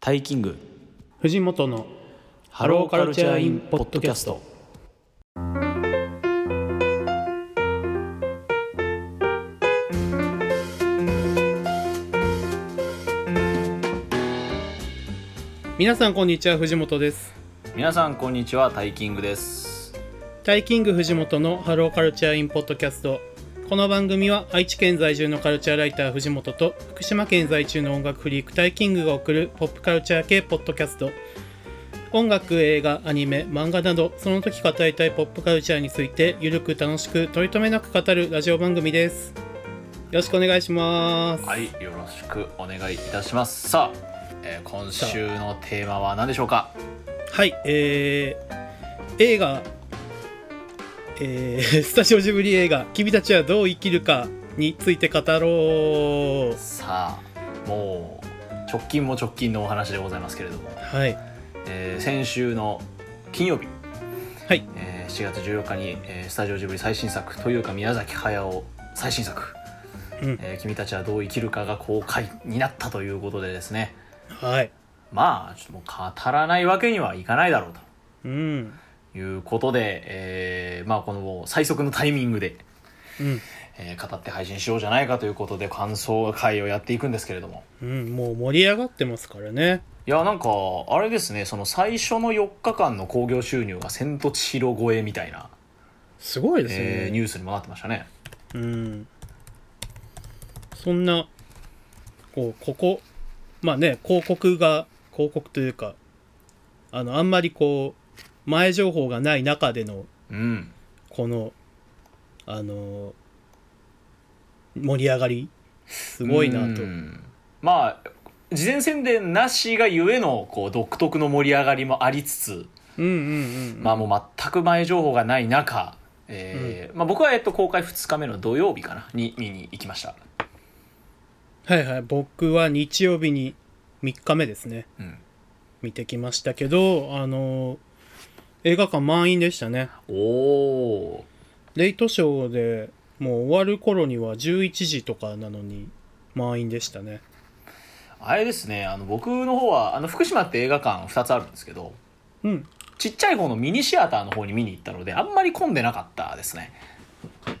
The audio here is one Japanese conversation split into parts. タイキング藤本のハローカルチャーインポッドキャスト皆さんこんにちは藤本です皆さんこんにちはタイキングですタイキング藤本のハローカルチャーインポッドキャストこの番組は愛知県在住のカルチャーライター藤本と福島県在住の音楽フリークタイキングが送るポップカルチャー系ポッドキャスト音楽映画アニメ漫画などその時語りたいポップカルチャーについてゆるく楽しく取り留めなく語るラジオ番組ですよろしくお願いしますはいよろしくお願いいたしますさあ、えー今週のテーマは何でしょうかはい、えー映画、えー スタジオジブリ映画「君たちはどう生きるか」について語ろう。さあもう直近も直近のお話でございますけれども、はい、えー先週の金曜日はい、えー7月14日に、えースタジオジブリ最新作というか宮崎駿最新作うん「えー君たちはどう生きるか」が公開になったということでですねはい、まあちょっともう語らないわけにはいかないだろううん、ということで、えーまあ、この最速のタイミングで、うん、えー語って配信しようじゃないかということで感想会をやっていくんですけれどもうん、もう盛り上がってますからね。いやなんかあれですねその最初の4日間の興行収入が「千と千尋超え」みたいな、すごいですえーニね。ュースにもなってましたね。うん、そんな、こう、ここ、まあね、広告が、広告というか、あの、あんまりこう、前情報がない中でのうんこのあの盛り上がりすごいなとうんまあ事前宣伝なしがゆえのこう独特の盛り上がりもありつつ、うんうんうんまあ、もう全く前情報がない中、えーまあ、僕は、えっと、公開2日目の土曜日かなに見に行きました、はいはい僕は日曜日に3日目ですねうん、見てきましたけどあの映画館満員でしたねおおレイトショーでもう終わる頃には11時とかなのに満員でしたねあれですねあの僕の方はあの福島って映画館2つあるんですけどうんちっちゃい方のミニシアターの方に見に行ったのであんまり混んでなかったですね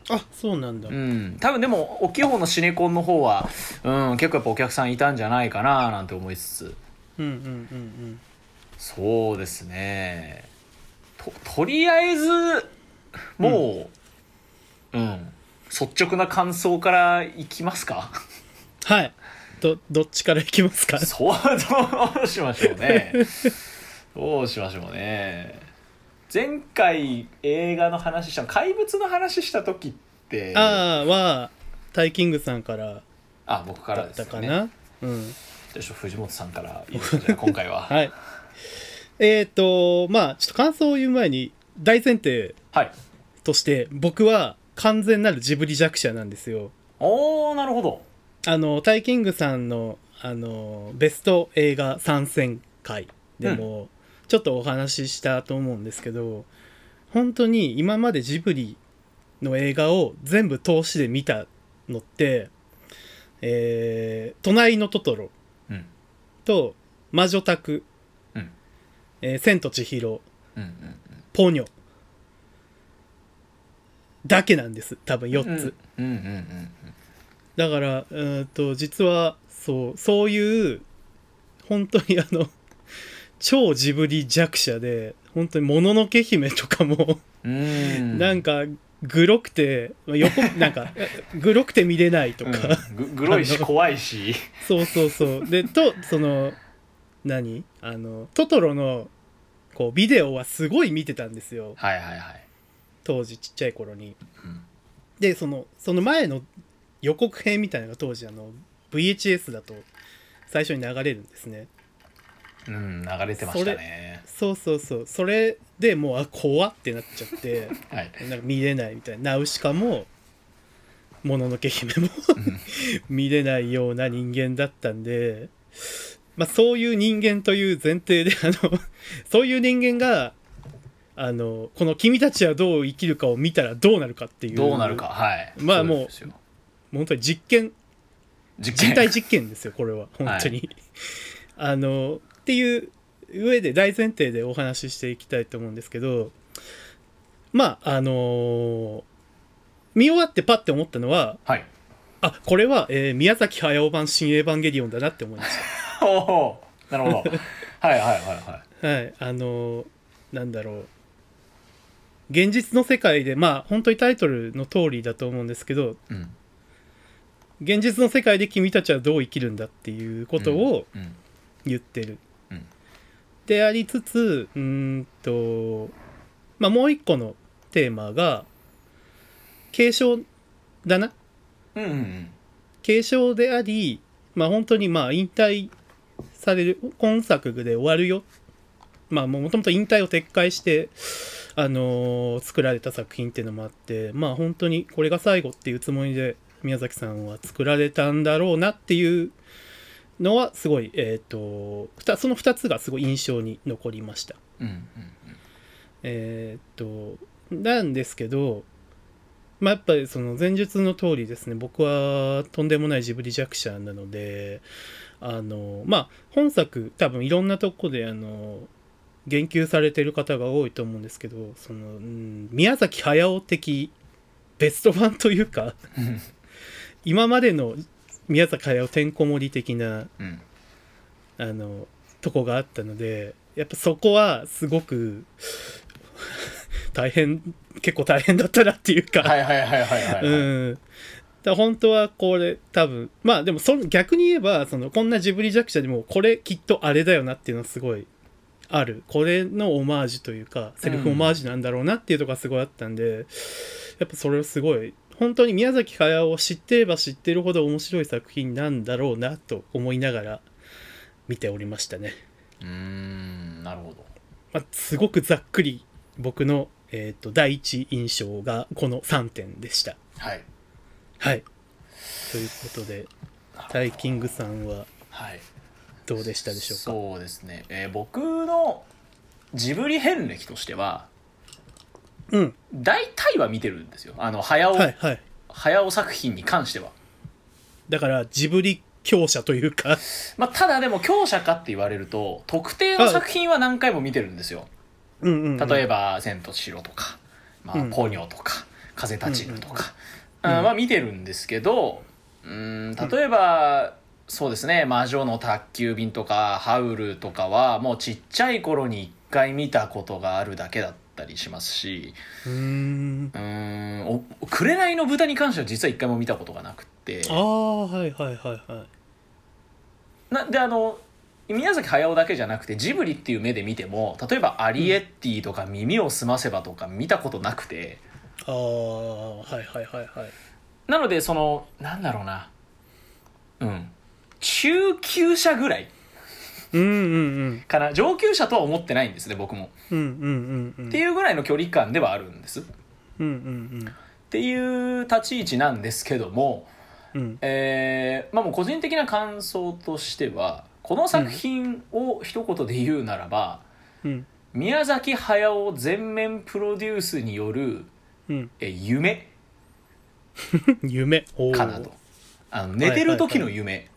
あそうなんだ、うん多分でも大きい方のシネコンの方は、うん、結構やっぱお客さんいたんじゃないかななんて思いつつうんうんうんそうですねととりあえずもううん、率直な感想からいきますかはいどどっちからいきますか そうどうしましょう ねどうしましょうね前回映画の話した怪物の話した時ってああはタイキングさんからあ僕からだっですたよかねな、うんじゃあちょっと藤本さんからいいですかじゃあ今回 ははい、はいえっ、とまあちょっと感想を言う前に大前提として僕は完全なるジブリ弱者なんですよおおなるほどあのタイキングさんのあのベスト映画参戦会でも、ちょっとお話ししたと思うんですけど本当に今までジブリの映画を全部通しで見たのって「えー、隣のトトロ」うんと「魔女宅」うんえー千と千尋」うんうんポニョだけなんです多分うん4つ、うんうんうんうんだからうーんと実はそうそういう本当にあの超ジブリ弱者で本当に「もののけ姫」とかも、うーんなんかグロくて横なんかグロくて見れないとか、うんぐグロいしあの怖いしそうそうそうでとその何あのトトロのこうビデオはすごい見てたんですよはいはいはい、当時ちっちゃい頃にうんでそのその前の予告編みたいなのが当時あの VHS だと最初に流れるんですねうん、流れてましたねそうそうそうそれでもうあ怖ってなっちゃってはいなんか見れないみたいなナウシカも「もののけ姫も」見れないような人間だったんで、まあ、そういう人間という前提であのそういう人間があのこの「君たちはどう生きるか」を見たらどうなるかっていうどうなるかはいまそあうですよ本当に実験実験人体実験ですよこれは 本当に、あのっていう上で大前提でお話ししていきたいと思うんですけどまああのー見終わってパッて思ったのははいあこれは、えー宮崎駿版「新エヴァンゲリオン」だなって思いましおおなるほど はいはいはいはいたはいあのーなんだろう現実の世界でまあ本当にタイトルの通りだと思うんですけどうん現実の世界で君たちはどう生きるんだっていうことをうん言ってる、うんでありつつうーんと、まあ、もう一個のテーマが継承だなうんうんうん継承であり、まあ、本当にまあ引退される今作で終わるよまあもともと引退を撤回して、あのー作られた作品っていうのもあってまあ本当にこれが最後っていうつもりで宮崎さんは作られたんだろうなっていうのはすごいえっ、とふたその2つがすごい印象に残りました。うんうんえーっとなんですけど、まあ、やっぱりその前述の通りですね僕はとんでもないジブリ弱者なのであのまあ本作多分いろんなとこであの言及されてる方が多いと思うんですけどその、うん宮崎駿的ベスト版というかうん今までの宮崎駿てんこ盛り的なうん あのとこがあったのでやっぱそこはすごく 大変結構大変だったなっていうか、はいはいはいはいはいはいうんだから本当はこれ多分まあでもその逆に言えばそのこんなジブリ弱者でもこれきっとあれだよなっていうのはすごいあるこれのオマージュというかセルフオマージュなんだろうなっていうとこがすごいあったんで、やっぱそれをすごい本当に宮崎駿を知ってれば知ってるほど面白い作品なんだろうなと思いながら見ておりましたね。うーんなるほどまあ、すごくざっくり僕の、えー、と第一印象がこの3点でした。はいはい。ということで、タイキングさんははいどうでしたでしょうか。そうですね、えー僕のジブリ遍歴としてはうん。大体は見てるんですよあの早尾、はいはい。早尾作品に関しては、だから、ジブリ強者というか、 まあ、ただでも強者かって言われると特定の作品は何回も見てるんですようんうん、例えば。ば「千と千尋」とか「まあうんポニョ」とか「風立ちぬ」とかうんうんあうんーまあ見てるんですけどうーん例えばそうですね「魔女の宅急便」とか「ハウル」とかはもうちっちゃい頃に一回見たことがあるだけだったりしますしうーん。うーんお「紅の豚」に関しては実は一回も見たことがなくってああ、はいはいはいはい。なであの宮崎駿だけじゃなくてジブリっていう目で見ても例えば「アリエッティ」とか「耳をすませば」とか見たことなくて。ああ、はいはいはいはい。なのでそのなんだろうなうん中級者ぐらいうんうんうん。かな上級者とは思ってないんですね僕も、うんうんうんうん。っていうぐらいの距離感ではあるんですっうんうんていう立ち位置なんですけどもうん。うん。えーまあもう個人的な感想としてはこの作品を一言で言うならば、うん。宮崎駿全面プロデュースによるうん。え夢 夢。おーかなと。あの寝てる時の夢、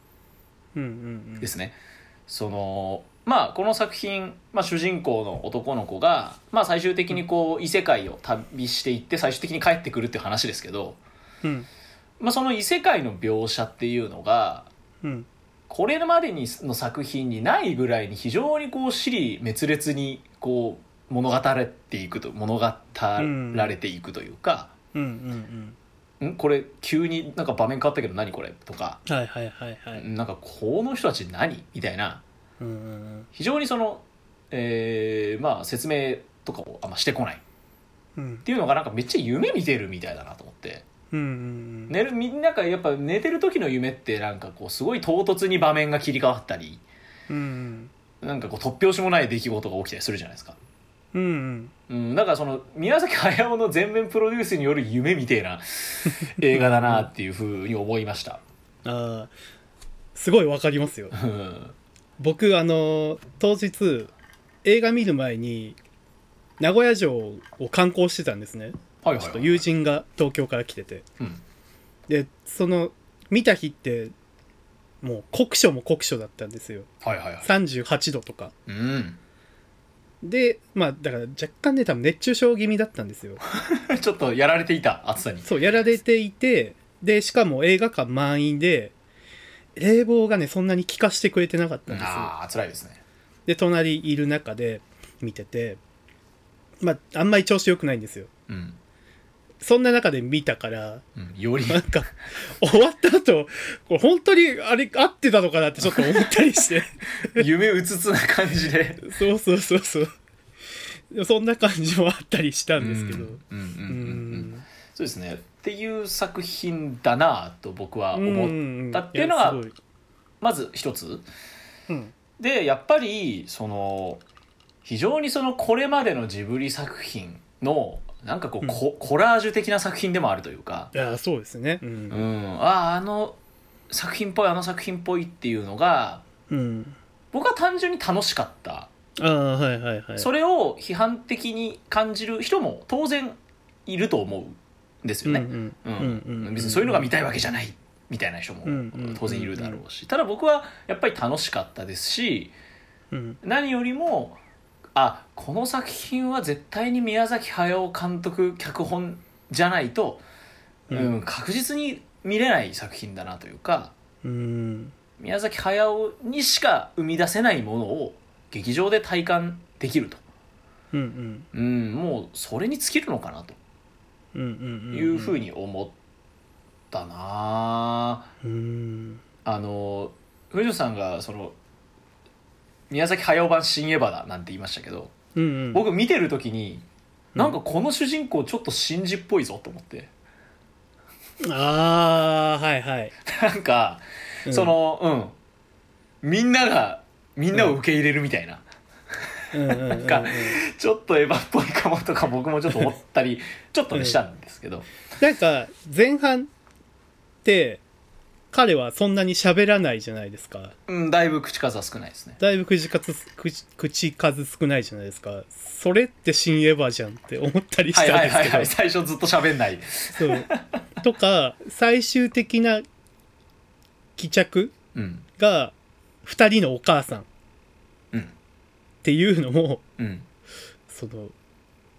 うんうんですね。そのまあこの作品、まあ、主人公の男の子が、まあ、最終的にこう異世界を旅していって最終的に帰ってくるっていう話ですけど、うん。うん。まあ、その異世界の描写っていうのがうん。これまでにの作品にないぐらいに非常にこう尻滅裂にこう物語れていくと物語られていくというか、うんうんんこれ急になんか場面変わったけど何これとか、うん。はいはいはいはい。なんかこの人たち何みたいなうんうん非常にその、えーまあ、説明とかをあんましてこないっうん。うんていうのがなんかめっちゃ夢見てるみたいだなと思ってうんうん寝るみんながやっぱ寝てる時の夢ってなんかこうすごい唐突に場面が切り替わったりうん。うんなんかこう突拍子もない出来事が起きたりするじゃないですか。うん。うんうん。うん、だからその宮崎駿の全面プロデュースによる夢みてえ な映画だなっていうふうに思いました。あーすごいわかりますようん僕あの当日映画見る前に名古屋城を観光してたんですねはいはいはいちょっと友人が東京から来ててうんでその見た日ってもう酷暑も酷暑だったんですよはいはいはい38度とかうん、でまあだから若干ね多分熱中症気味だったんですよ ちょっとやられていた暑さにそうやられていてでしかも映画館満員で冷房がねそんなに効かしてくれてなかったんですよああ辛いですねで隣いる中で見ててまああんまり調子良くないんですようん、そんな中で見たから うん、より なんか終わった後これ本当にあれ合ってたのかなってちょっと思ったりして 夢うつつな感じでそうそうそうそうそんな感じもあったりしたんですけどうんうんうんうんううんんそうですねっていう作品だなと僕はう思っんたっていうのがやすごいまず一つうんでやっぱりその非常にそのこれまでのジブリ作品のなんかこう、うんココラージュ的な作品でもあるというか、いやそうですねううんん、あああの作品っぽいあの作品っぽいっていうのがうん僕は単純に楽しかった、ああはいはいはいそれを批判的に感じる人も当然いると思うんですよね。うんううんんうん別にそういうのが見たいわけじゃないみたいな人もうんうん当然いるだろうし、ただ僕はやっぱり楽しかったですしうん何よりもあこの作品は絶対に宮崎駿監督脚本じゃないと、ううんん、確実に見れない作品だなというかうん宮崎駿にしか生み出せないものを劇場で体感できると、うんうんうん、もうそれに尽きるのかなうんうんとうんいうふうに思ったなあうんあの藤野さんがその宮崎駿版「新エヴァ」だなんて言いましたけどうんうん僕見てる時にうんなんかこの主人公ちょっと信じっぽいぞと思って ああはいはい、なんかうんそ、のうんみんながみんなを受け入れるみたいなうんうんうんうん、かちょっとエヴァっぽいかもとか僕もちょっと思った りちょっとうねんしたんですけどなんか前半って彼はそんなに喋らないじゃないですかうんだいぶ口数は少ないですねだいぶ口数口口数少ないじゃないですかそれって新エヴァじゃんって思ったりしはいたんはいですはいけど、はい最初ずっと喋んないそうとか最終的な帰着うんが2人のお母さんっうんていうのも うんその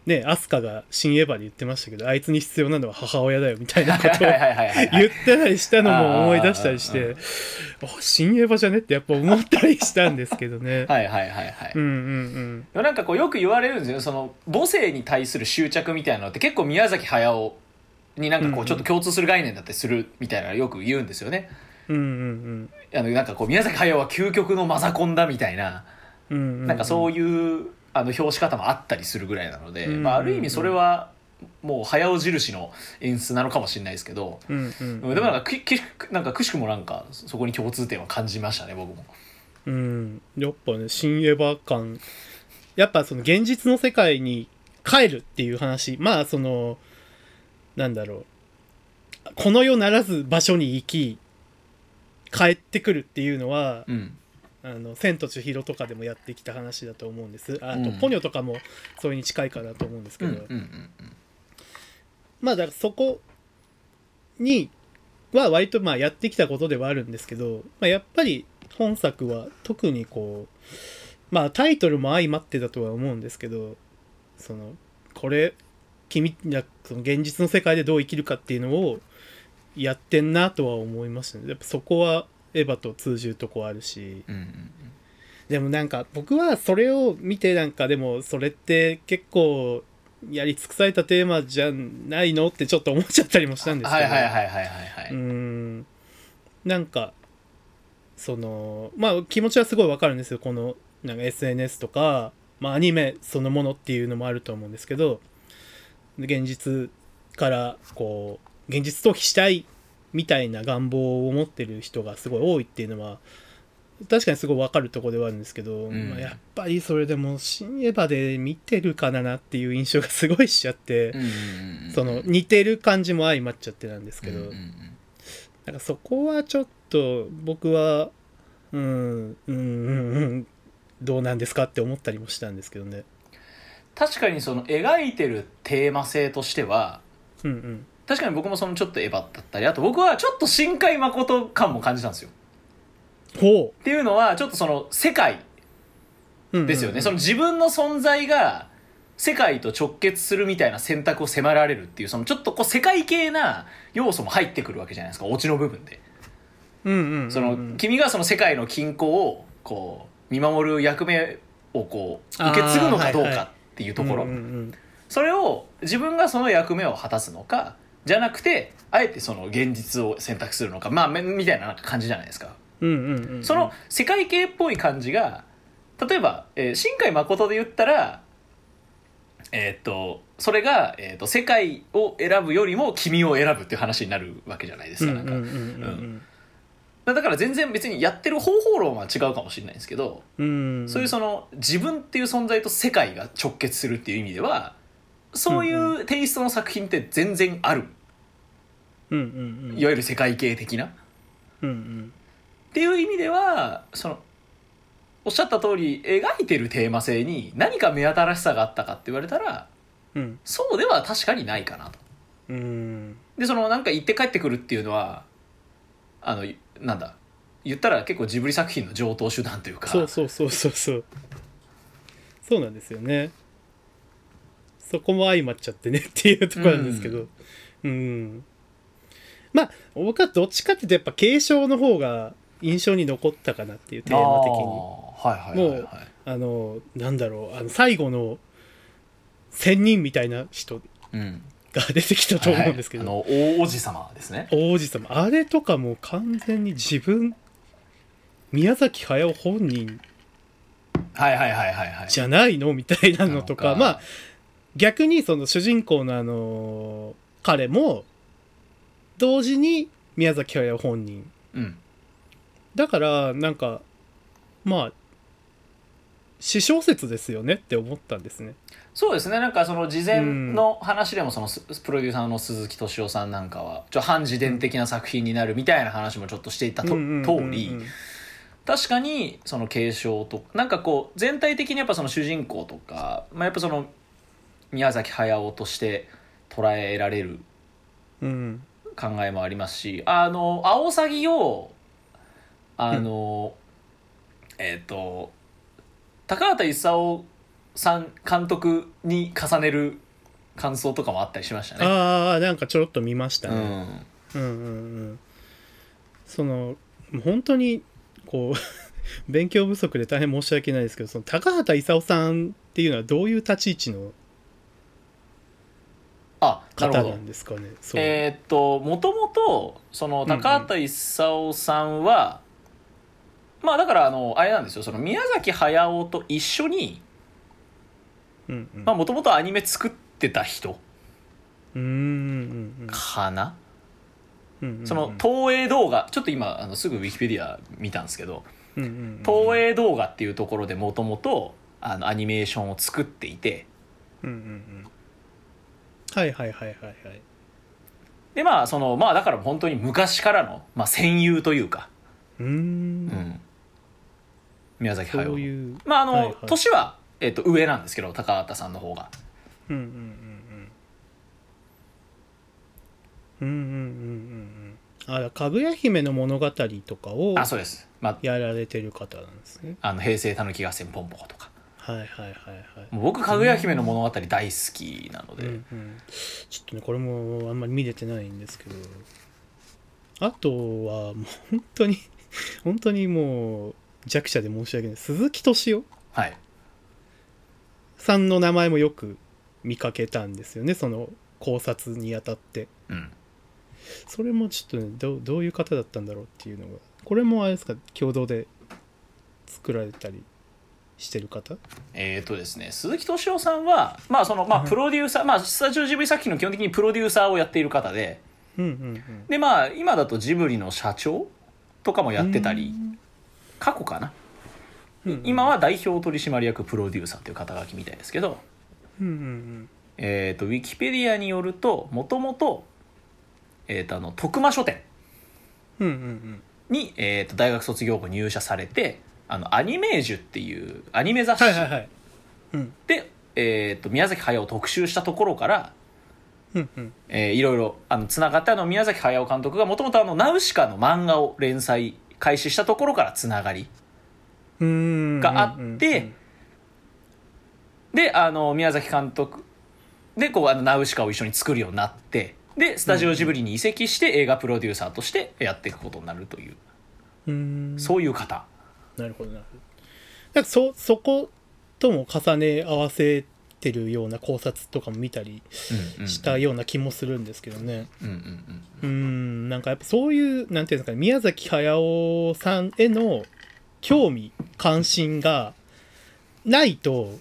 ねアスカが新エヴァで言ってましたけどあいつに必要なのは母親だよみたいなこはいとをはいはいはいはい言ったりしたのも思い出したりしあーあてあ新エヴァじゃねってやっぱ思ったりしたんですけどねはいはいはいはいうんうんなんかこうよく言われるんですよねその母性に対する執着みたいなのって結構宮崎駿になんかうんこううんちょっと共通する概念だったりするみたいなのよく言うんですよね。うんうんあのなんかこう宮崎駿は究極のマザコンだみたいなうんうんうんなんかそういいうあの表し方もあったりするぐらいなのでうんまあある意味それはもう駿印の演出なのかもしれないですけどうんうんうんでもなんかくくなんかくしくもなんかそこに共通点は感じましたね僕も。うんやっぱね新エヴァ感やっぱその現実の世界に帰るっていう話まあそのなんだろうこの世ならず場所に行き帰ってくるっていうのはうんあの「千と千尋」とかでもやってきた話だと思うんですあと、うんポニョとかもそれに近いかなと思うんですけうんど、うんうんまあだからそこには割とまあやってきたことではあるんですけど、まあ、やっぱり本作は特にこうまあタイトルも相まってだとは思うんですけどそのこれ君らその現実の世界でどう生きるかっていうのをやってんなとは思いましたねやっぱそこはエヴァと通じるとこあるしうんうんでもなんか僕はそれを見てなんかでもそれって結構やり尽くされたテーマじゃないのってちょっと思っちゃったりもしたんですけはいどはいはいはいはいはうーい。んなんかそのまあ気持ちはすごいわかるんですよこのなんか SNS とか、まあ、アニメそのものっていうのもあると思うんですけど現実からこう現実逃避したいみたいな願望を持ってる人がすごい多いっていうのは確かにすごいわかるところではあるんですけど、んまあやっぱりそれでも新エヴァで見てるかなっていう印象がすごいしちゃって、うんうんうんその似てる感じも相まっちゃってなんですけど。うんうんうんなんかそこはちょっと僕はうんうんうんうんどうなんですかって思ったりもしたんですけどね。確かにその描いてるテーマ性としてはうんうん、確かに僕もそのちょっとエヴァだったりあと僕はちょっと深海誠感も感じたんですよほっていうのはちょっとその世界う、うんですよね、その自分の存在が世界と直結するみたいな選択を迫られるっていうそのちょっとこう世界系な要素も入ってくるわけじゃないですかオチの部分でうんうんうんうんその君がその世界の均衡をこう見守る役目をこう受け継ぐのかどうあーはいはいかっていうところ、うんうんそれを自分がその役目を果たすのかじゃなくてあえてその現実を選択するのかまあめみたいななんか感じじゃないですか。うんうんうんうんその世界系っぽい感じが例えば、えー新海誠で言ったらえーっとそれが、えーっと世界を選ぶよりも君を選ぶっていう話になるわけじゃないですうんか,、うんなうんんかうんだから全然別にやってる方法論は違うかもしれないんですけど、うんうんそういうその自分っていう存在と世界が直結するっていう意味ではそういううテイストの作品って全然ある、うんうんうんいわゆる世界系的な。うんうんっていう意味ではそのおっしゃった通り描いてるテーマ性に何か目新しさがあったかって言われたらうんそうでは確かにないかなと。うんでそのなんか行って帰ってくるっていうのはあのなんだ言ったら結構ジブリ作品の上等手段というかそうそうそうそうそうそうなんですよねそこも相まっちゃってねっていうところなんですけどうん、まあ僕はどっちかっていうとやっぱ継承の方が印象に残ったかなっていうテーマ的あにーはいはいはいはいあのなんだろうあの最後の仙人みたいな人うんが出てきたと思うんですけど、はいあの大王子様ですね王子様あれとかもう完全に自分宮崎駿本人はいはいはいはいはいじゃないのみたいなのとかなのかまあ逆にその主人公のあのー彼も同時に宮崎駿本人うんだからなんかまあ私小説ですよねって思ったんですね。そうですねなんかその事前の話でもそのすプロデューサーの鈴木敏夫さんなんかはちょ半自伝的な作品になるみたいな話もちょっとしていたとうんうんうん通うんり確かにその継承となんかこう全体的にやっぱその主人公とか、まあ、やっぱその宮崎駿として捉えられるうん考えもありますしあのアオサギをあの、えっ、と高畑勲さん監督に重ねる感想とかもあったりしましたね。ああなんかちょろっと見ましたうね。ん、うんうんうんそのもう本当にこう 勉強不足で大変申し訳ないですけどその高畑勲さんっていうのはどういう立ち位置のあなる方ほなどん。ですかねそう、えっともともとそのんうん高畑勲さんは、まあだからあのあれなんですよその宮崎駿と一緒にうんうん、もともとアニメ作ってた人うーんうんかな。うんうんうんその東映動画ちょっと今あのすぐウィキペディア見たんですけどうんうんうん東映動画っていうところでもともとあのアニメーションを作っていてうんうんうんはいはいはいはいはいでまあそのまあだから本当に昔からの、まあ、戦友というか、うーんうん宮崎そ駿ういうまああの、はいはい年は、えっと上なんですけど高畑さんの方がうんうんうんうんうんうんうんうんあらかぐや姫の物語とかをあそうです、まあ、やられてる方なんですねあの平成たぬき合戦ポンポコとかはいはいはいはいもう僕かぐや姫の物語大好きなので、うんうん、ちょっとねこれもあんまり見れてないんですけどあとはもう本当に 本当にもう弱者で申し訳ない鈴木敏夫はいさんの名前もよく見かけたんですよねその考察にあたってうんそれもちょっとねどうどういう方だったんだろうっていうのがこれもあれですか共同で作られたりしてる方えーとですね、鈴木敏夫さんは、まあそのまあ、うんプロデューサー、まあ、スタジオジブリ作品の基本的にプロデューサーをやっている方でうんうんうんで、まあ、今だとジブリの社長とかもやってたり過去かな、うんうん今は代表取締役プロデューサーという肩書きみたいですけど、うんうんえー、とウィキペディアによるともともと,、えー、とあの徳間書店うんうんうんに、えー、と大学卒業後入社されてあのアニメージュっていうアニメ雑誌はで、いはいはいうんえー、と宮崎駿を特集したところからうんうんえーいろいろあのつながってあの宮崎駿監督がもともと「ナウシカ」の漫画を連載開始したところからつながりうんがあってであの宮崎監督でこうあのナウシカを一緒に作るようになってでスタジオジブリに移籍して映画プロデューサーとしてやっていくことになるといううんうんうんそういう方なるほどなるほどなんかそそことも重ね合わせてるような考察とかも見たりしたような気もするんですけどねうんうんうんうんなんかやっぱそういうなんていうんですかね宮崎駿さんへの興味関心がないと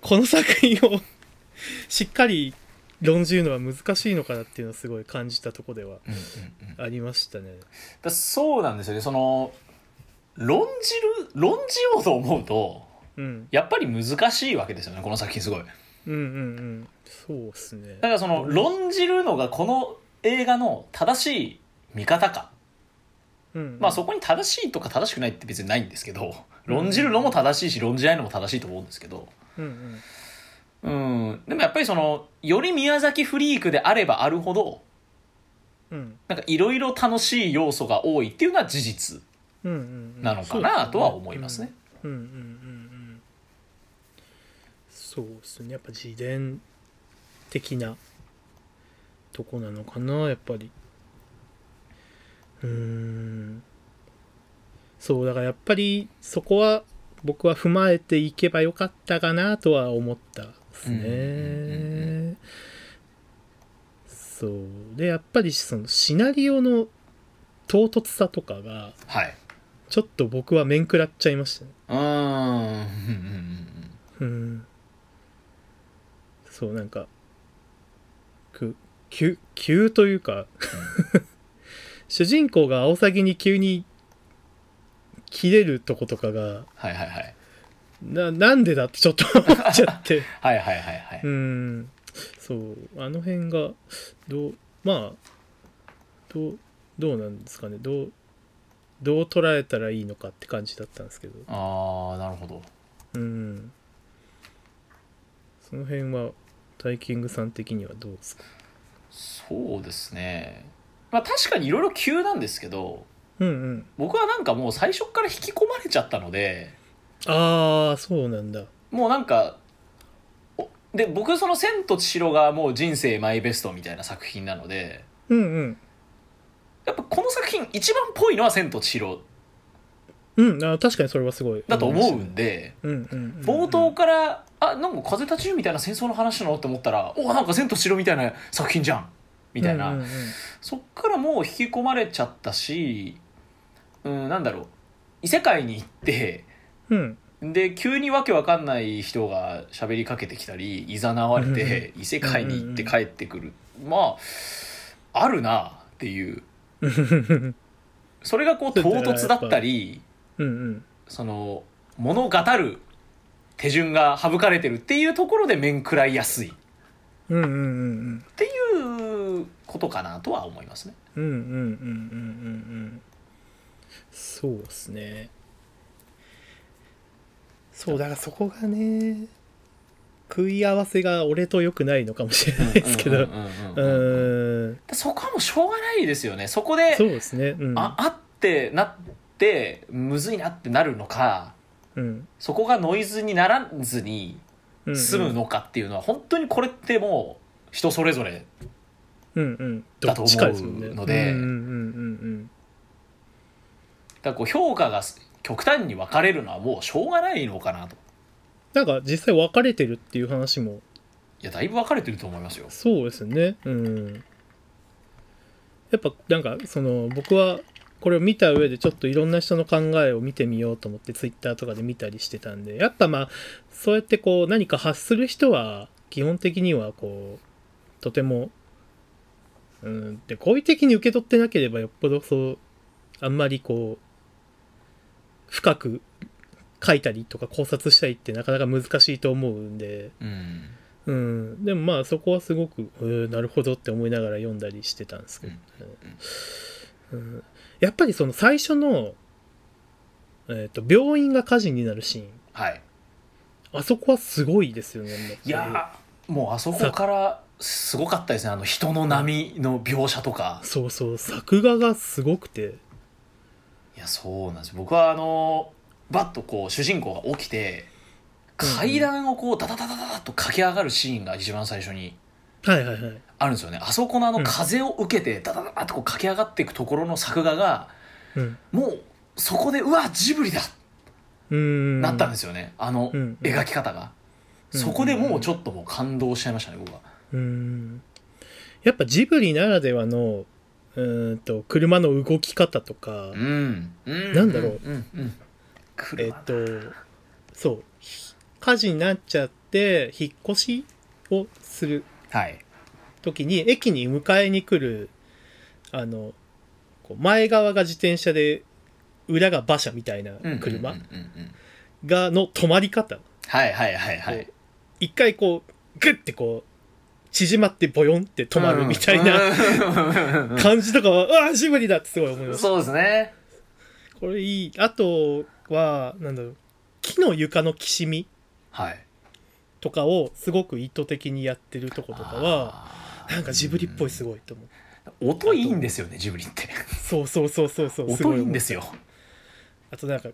この作品を しっかり論じるのは難しいのかなっていうのをすごい感じたとこではうんうんうんありましたね。だそうなんですよねその論じる論じようと思うとうん、やっぱり難しいわけですよねこの作品すごいだうんうんうんそうっすね。からその論じるのがこの映画の正しい見方かうんまあそこに正しいとか正しくないって別にないんですけど論じるのも正しいし論じないのも正しいと思うんですけどうんうんうんでもやっぱりそのより宮崎フリークであればあるほどうんなんかいろいろ楽しい要素が多いっていうのは事実うんうんなのかなとは思いますね。。うんうんうんうん。そうですね。やっぱ自伝的なとこなのかな、やっぱり。うーん。そう、だからやっぱりそこは僕は踏まえていけばよかったかなとは思ったですうんうんうね。そう。で、やっぱりそのシナリオの唐突さとかが、はいちょっと僕は面食らっちゃいましたね。うーんうんうんうん。そう、なんか、く、急、急というか、主人公がアオサギに急に切れるとことかが、はいはいはいな、なんでだってちょっと思っちゃって。。はいはいはいはいうん。そう、あの辺が、どう、まあ、どう、どうなんですかね、どう、どう捉えたらいいのかって感じだったんですけど。ああなるほど。うんその辺はタイキングさん的にはどうですかそうですね。まあ確かにいろいろ急なんですけどうんうん僕はなんかもう最初から引き込まれちゃったのでああそうなんだもうなんかおで僕その「千と千尋」がもう人生マイベストみたいな作品なのでうんうんやっぱこの作品一番っぽいのは「千と千尋うんあー確かにそれはすごい」だと思いまうしんでたうんうんうん冒頭から「あなんか風立ちぬ」みたいな戦争の話なのって思ったら「おなんか千と千尋」みたいな作品じゃんみたいな。うんうんうんそっからもう引き込まれちゃったし、うん、なんだろう異世界に行ってうんで急にわけわかんない人が喋りかけてきたりいざなわれて異世界に行って帰ってくる、まああるなっていううんそれがこう唐突だったりうんその物語る手順が省かれてるっていうところで面食らいやすいっうんうんうんうんていうことかなとは思いますね。うんうんうんうんうんそうですねそうだからそこがね食い合わせが俺と良くないのかもしれないですけうどんうんううんうんうんんそこはもうしょうがないですよねそこでそうですね。うん。ああってなってむずいなってなるのかうん。そこがノイズにならずにうん。済むのかっていうのは本当にこれってもう人それぞれうんうん。だと思うどっちかすもんねのでうんうんうんだからこう評価が極端に分かれるのはもうしょうがないのかなとうん。なんか実際分かれてるっていう話も、いやだいぶ分かれてると思いますよそうですね。うん。やっぱなんかその僕はこれを見た上でちょっといろんな人の考えを見てみようと思ってツイッターとかで見たりしてたんで、やっぱまあそうやってこう何か発する人は基本的にはこうとてもうんで好意的に受け取ってなければよっぽどそうあんまりこう深く書いたりとか考察したりってなかなか難しいと思うんで、うんうん、でもまあそこはすごく、えーなるほどって思いながら読んだりしてたんですけど、ねうん、やっぱりその最初の、えー、と病院が火事になるシーンはいあそこはすごいですよね。いやーもうあそこからすごかったですねあの人の波の描写とかそうそう、作画がすごくて、いいやそうなんですよ僕はあのバッとこう主人公が起きて階段をこうダダダダダダッと駆け上がるシーンが一番最初にはいはいはいあるんですよねあそこのあうのん風を受けてダダダダッとこう駆け上がっていくところの作画がうんもうそこでうわジブリだうーんなったんですすよね、あのうん描き方が、うんそこでもうちょっともう感動しちゃいましたね僕はうーんやっぱジブリならではのうーんと車の動き方とうかん、うん、なんだろううんうん、えっ車だとそうひ火事になっちゃって引っ越しをするはい時に駅に迎えに来るあのこう前側が自転車で裏が馬車みたいな車うんうんうんうんうんがの止まり方はいはいはいはこいう一回こうグッてこう縮まってボヨンって止まるみたいなな感じとかは、うわあジブリだってすごい思いますそうですねこれいいあとはなんだろう木の床のきしみはいとかをすごく意図的にやってるとことかはなんかジブリっぽいすごいごいと思う音いいんですよねジブリ ってそうそうそうそうそう音いいんですすよあとなんか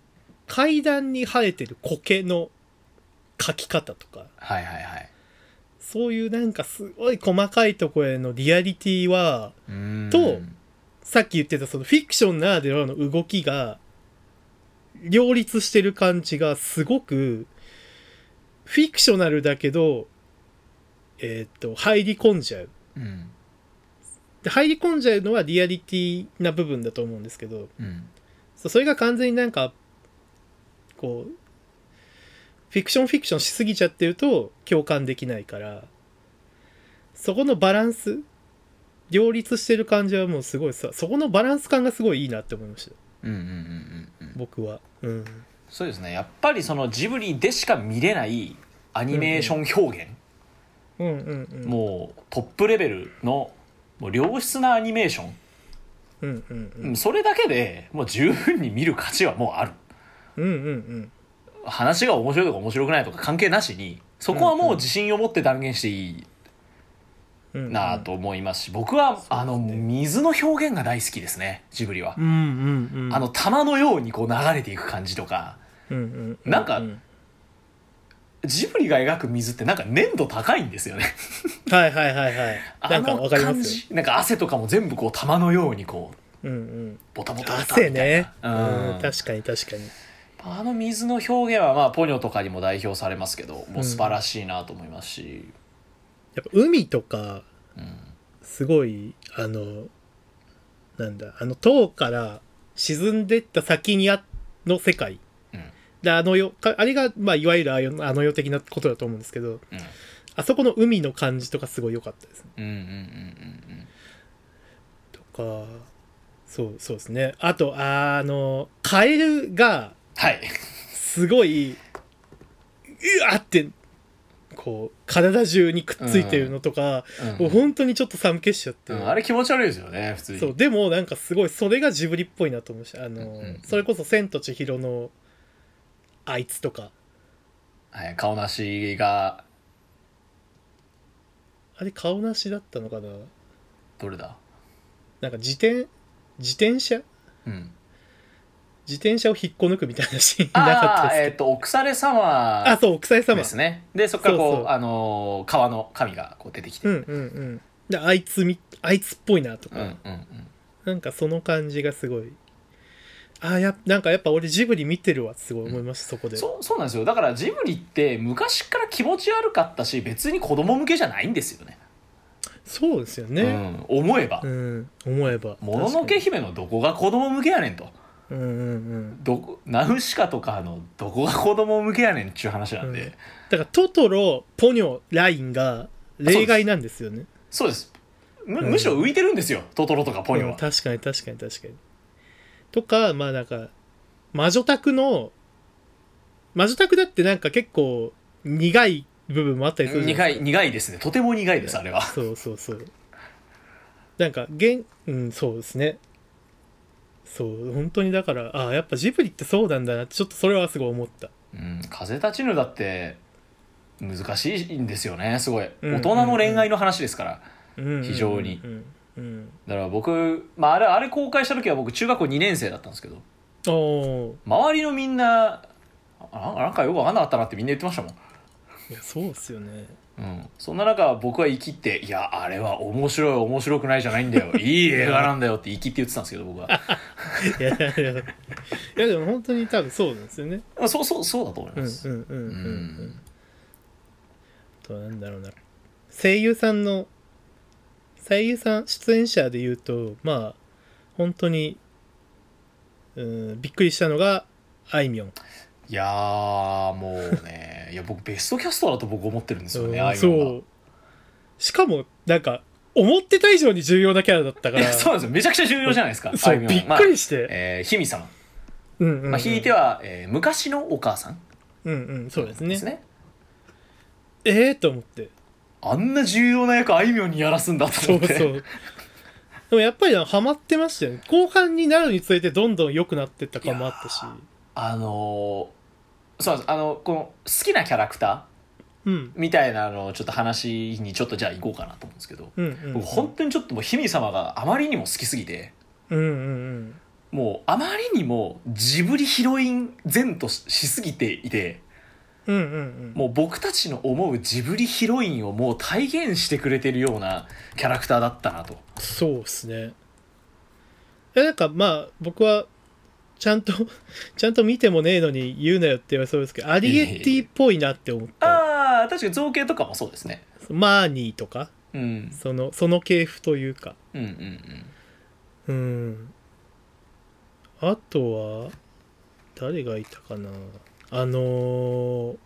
階段に生えてる苔の描き方とかはいはいはいそういうなんかすごい細かいところへのリアリティはうんとさっき言ってたそのフィクションならではの動きが両立してる感じがすごくフィクショナルだけどえーっと入り込んじゃううんで入り込んじゃうのはリアリティな部分だと思うんですけどうんそうそれが完全になんかこうフィクションフィクションしすぎちゃってると共感できないからそこのバランス両立してる感じはもうすごいさそこのバランス感がすごいいいなって思いましたうんうんうんうんうん僕はうんそうですねやっぱりそのジブリでしか見れないアニメーション表現、うんうんうんもうトップレベルのもう良質なアニメーション、うんうんううんんそれだけでもう十分に見る価値はもうあるうんうん話が面白いとか面白くないとか関係なしにそこはもう自信を持って断言していいうんうんなぁと思いますし僕はあの水の表現が大好きですねジブリはう。んうんうんあの玉のようにこう流れていく感じとかうんうんうなんかうんジブリが描く水ってなんか粘度高いんですよね。はいはいはいはい なんかわかりますよよ。なんか汗とかも全部こう玉のようにこううんうんボタボタボタみた汗いなねううんん確かに確かにあの水の表現はまあポニョとかにも代表されますけどもう素晴らしいなと思いますし、やっぱ海とかうんすごいあのなんだあの塔から沈んでった先にあの世界、うんであの世かあれが、まあ、いわゆるあのあの世的なことだと思うんですけうどんあそこの海の感じとかすごい良かったですねうんうんうんうんうんとかそうそうですねあとあのカエルがはいすごいうわってこう体中にくっついてるのとか、もう本当にちょっと寒気しちゃって、うんあれ気持ち悪いですよね普通にそうでもなんかすごいそれがジブリっぽいなと思うしあの、うんうんそれこそ「千と千尋のあいつ」とかはい、顔なしがあれ顔なしだったのかなどれだなんか自転自転車うん自転車を引っこ抜くみたいなシーンなかあっあたでえすっ、けどとお腐れあ,、様そう奥さん様ですねでそこからこうそうそうあのー川の神がこう出てきて、うんうん、うんうんであいつみあいつっぽいなとうんか、うんなんかその感じがすごいあーやなんかやっぱ俺ジブリ見てるわってすごい思いました、そこでそうそうなんですよだからジブリって昔から気持ち悪かったし別に子供向けじゃないんですよねそうですよね、うん、思えばうん思えば「もののけ確姫」のどこが子供向けやねんとかにうんうんうんどこナウシカとかのどこが子供向けやねんっちゅう話なんで、うんだからトトロポニョラインが例外なんですよねそうですむうんむしろ浮いてるんですよ、トトロとかポニョうんは、確かに確かに確かにとかまあなんか魔女宅の魔女宅だってなんか結構苦い部分もあったりするじゃ苦ないでい苦いですねとても苦いですあれはすかそうそうそうなんかげん、うん、そうですねそう本当にだからああやっぱジブリってそうなんだなってちょっとそれはすごい思ったうん、風立ちぬだって難しいんですよねすごいうん大人の恋愛の話ですから、非非常にうんうんうんだから僕、まあ、あれあれ公開した時は僕中学校2年生だったんですけどおお周りのみんなあなんかよく分かんなかったなってみんな言ってましたもんーいやそうっすよねうん、そんな中僕は生きって「いやあれは面白い面白くないじゃないんだ よいい映画なんだよ」って生きって言ってたんですけど僕はいやいやいやいやでも本当に多分そうなんですよねそうそうそうだと思いうんうまんす、うんうんうん、うんあとはなんだろうな声優さんの声優さん出演者で言うとまあ本当にうんびっくりしたのがあいみょんいやーもうねいや僕ベストキャスターだと僕思ってるんですよねうんあいみょんがそうしかもなんか思ってた以上に重要なキャラだったかいらや そうなんですよめちゃくちゃ重要じゃないですかそうあいみょんびっくりしして、まあえー、ひみ様、うんうんうん、まあ、ひいては、えー昔のお母さんうんうんそうですねですねええと思ってあんな重要な役あいみょんにやらすんだとそ思っうてそうでもやっぱりハマってましたよね後半になるにつれてどんどん良くなってった感もあったしあのーそうなんですあのこの好きなキャラクターうんみたいなのをちょっと話にちょっとじゃあ行こうかなと思うんですけど、うんうん僕本当にちょっともう姫様があまりにも好きすぎてうんうんもうあまりにもジブリヒロイン前とししすぎていてうんうんうんうんもう僕たちの思うジブリヒロインをもう体現してくれてるようなキャラクターだったなとそうっすねえなんかまあ僕はちゃんと ちゃんと見てもねえのに言うなよって言われそうですけどアリゲッティっぽいなって思ったああ確かに造形とかもそうですねマーニーとかうんそのその系譜というかうんうんうんうんあとは誰がいたかなあのー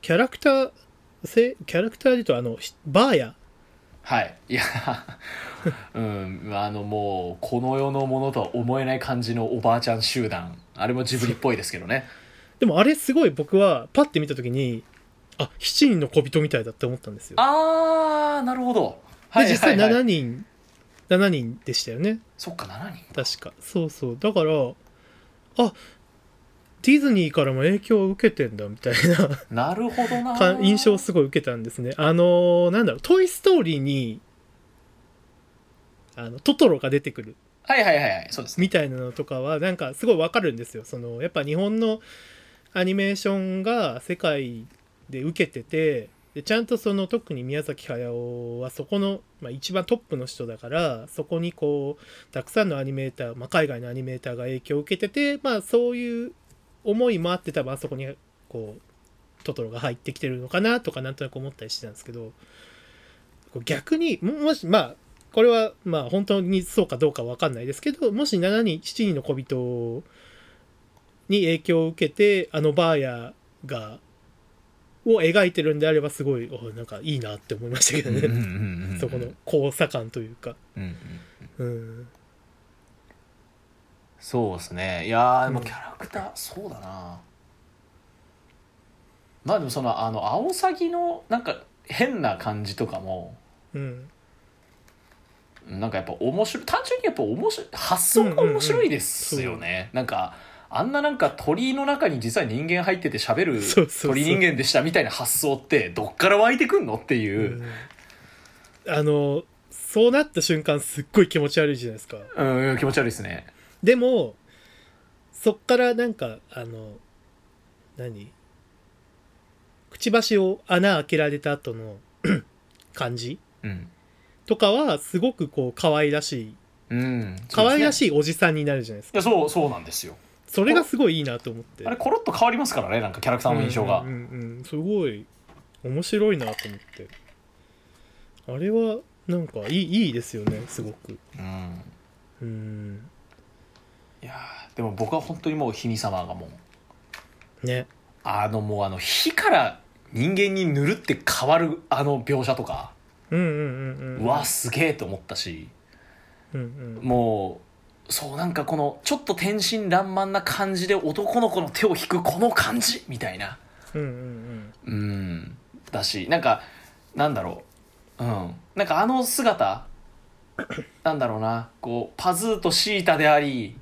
キャラクターせキャラクターで言うとあのひバーヤはいいや うんあのもうこの世のものとは思えない感じのおばあちゃん集団あれもジブリっぽいですけどねでもあれすごい僕はパッて見た時にあ7人の小人みたいだって思ったんですよあーなるほど、はでい実際はいは7い、人7人でしたよねそっか7人確かそうそうだからあディズニーからも影響を受けてんだみたいななるほどなか印象をすごい受けたんですねあのーなんだろう「トイ・ストーリーに」あのトトロが出てくるはいはいはいはいそうですねみたいなのとかはなんかすごいわかるんですよそのやっぱ日本のアニメーションが世界で受けててでちゃんとその特に宮崎駿はそこの、まあ、一番トップの人だからそこにこうたくさんのアニメーター、まあ、海外のアニメーターが影響を受けてて、まあ、そういう思いもあって多分あそこにこうトトロが入ってきてるのかなとかなんとなく思ったりしてたんですけどこう逆にももしまあこれはまあ本当にそうかどうかわかんないですけどもし7人7人の小人に影響を受けてあのバーヤがを描いてるんであればすごいおなんかいいなって思いましたけどうんうんね、うん うんそこの交差感というか、うんうんうん、そうですねいやーでもうんキャラクター、そうだなまあでもそのあのアオサギのなんか変な感じとかもうん、なんかやっぱ面白い単純にやっぱ面白い発想が面白いですよね、なんかあんななんか鳥の中に実は人間入ってて喋るそうそうそう鳥人間でしたみたいな発想ってどっから湧いてくんのっていう、うんあのそうなった瞬間すっごい気持ち悪いじゃないですかうん、気持ち悪いですね。でもそっからなんかあの何くちばしを穴開けられた後の 感じうん。とかはすごくこう可愛らしいうん。可愛らい。しいおじさんになるじゃないですいかや、そう、そうなんですよ。それがすごいいいなと思ってあれ、コロッと変わりますからね、なんかキャラクターの印象が。うんうんうんうんすごい面白いなと思ってあれはなんかいいいいですよねすごくうん。うんいやーでも僕は本当にもう、ひみ様がもう、ねあの、もう、あの、火から人間に塗るって変わる、あの描写とか、うんうんうんうんうわ、すげえと思ったし、うんうんもう、そう、なんかこの、ちょっと天真爛漫な感じで男の子の手を引くこの感じみたいな。うんうんうんだしなんかなんだろううんなんかあの姿なんだろうなこうパズーとシータであり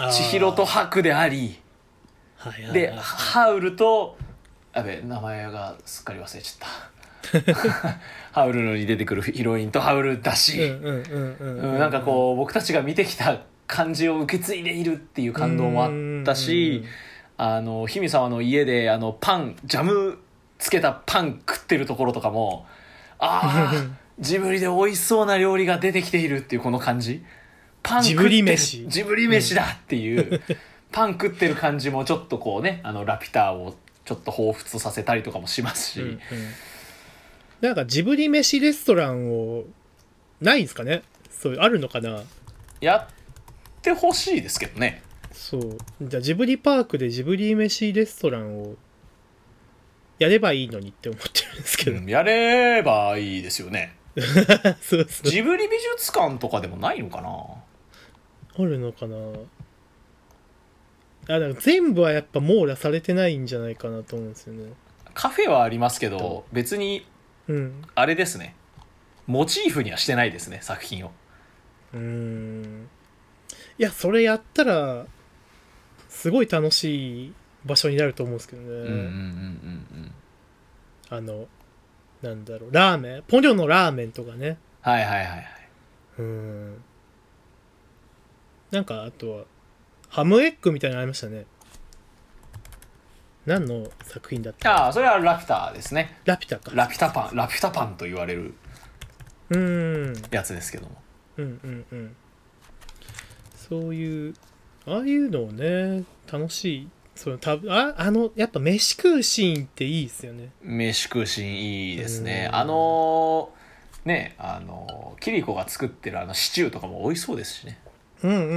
うん千尋とハクでありはいはいはいでハウルとあべ名前がすっかり忘れちゃったハウルに出てくるヒロインとハウルだし、うんうんうんうんうんなんかこう僕たちが見てきた感じを受け継いでいるっていう感動もあったしあの氷見様の家であのパンジャムつけたパン食ってるところとかもあ あジブリで美味しそうな料理が出てきているっていうこの感じパン食ってジブリ飯ジブリ飯だっていう、パン食ってる感じもちょっとこうねあのラピュタをちょっと彷彿させたりとかもしますし、うんうんなんかジブリ飯レストランをないんですかねそういうあるのかなやってほしいですけどねそうじゃあジブリパークでジブリ飯レストランをやればいいのにって思ってるんですけど、やればいいですよね そうそうジブリ美術館とかでもないのかなあるのかなあだから全部はやっぱ網羅されてないんじゃないかなと思うんですよねカフェはありますけど別にうんあれですねモチーフにはしてないですね作品をうーんいやそれやったらすごい楽しい場所になると思うんですけどね、うんうんうんうんうんあのなんだろうラーメンポニョのラーメンとかねはいはいはいはいうんなんかあとはハムエッグみたいなのありましたね何の作品だったああそれはラピュタですねラピュタかラピュタパンラピュタパンと言われるうーんやつですけどもうんうんうんそういうああいうのをね楽しいそのたああのやっぱ飯食うシーンっていいですよね飯食うシーンいいですねうんあのーねあのーキリコが作ってるあのシチューとかも美味しそうですしねうんうんうんう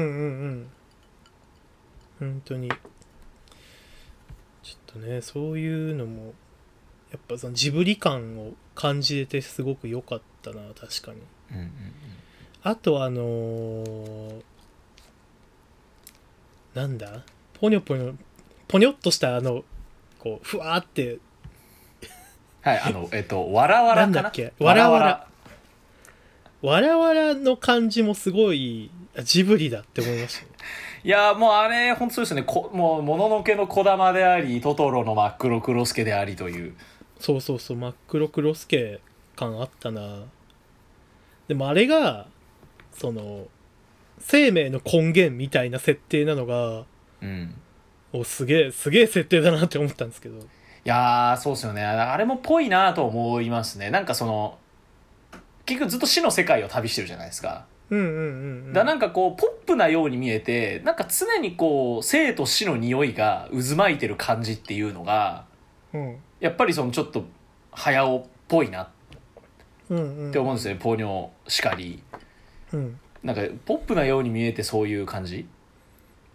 ん本当にちょっとねそういうのもやっぱそのジブリ感を感じれてすごく良かったな確かにうんうんうんあとあのーなんだポニョポニョポニョっとしたあのこうふわーってはいあのえっとわらわらかななんだっけわらわらわわらわらの感じもすごいあジブリだって思いましたねいやもうあれ本当そうですねこもうもののけのこだまでありトトロの真っ黒クロスケでありというそうそうそう真っ黒クロスケ感あったなでもあれがその生命の根源みたいな設定なのがうんおすげえすげえ設定だなって思ったんですけどいやーそうですよねあれもぽいなと思いますねなんかその結局ずっと死の世界を旅してるじゃないですかうんうんうん、うん、だなんかこうポップなように見えてなんか常にこう生と死の匂いが渦巻いてる感じっていうのがうんやっぱりそのちょっと早尾っぽいなっうんうんて思うんですよね、ポニョしかりうんなんかポップなように見えてそういう感じ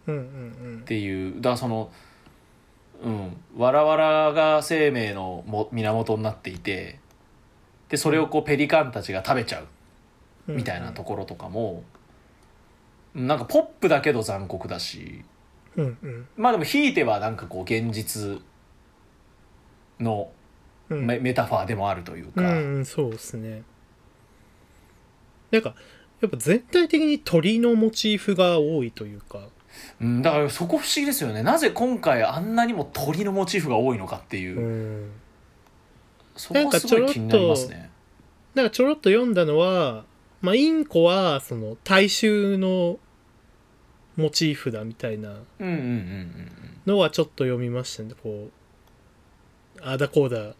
うんうんっていうだからそのうんわらわらが生命のも源になっていてでそれをこうペリカンたちが食べちゃううんみたいなところとかも、なんかポップだけど残酷だしうんうんまあでもひいてはなんかこう現実のうんメ,、メタファーでもあるというか、うんうんそうですねなんかやっぱ全体的に鳥のモチーフが多いというかうんだからそこ不思議ですよねなぜ今回あんなにも鳥のモチーフが多いのかっていう、うんそこがすごい気になりますね。なんかちょろっと読んだのは、まあ、インコはその大衆のモチーフだみたいなうんうんうんうんのはちょっと読みましたねこうああだこうだ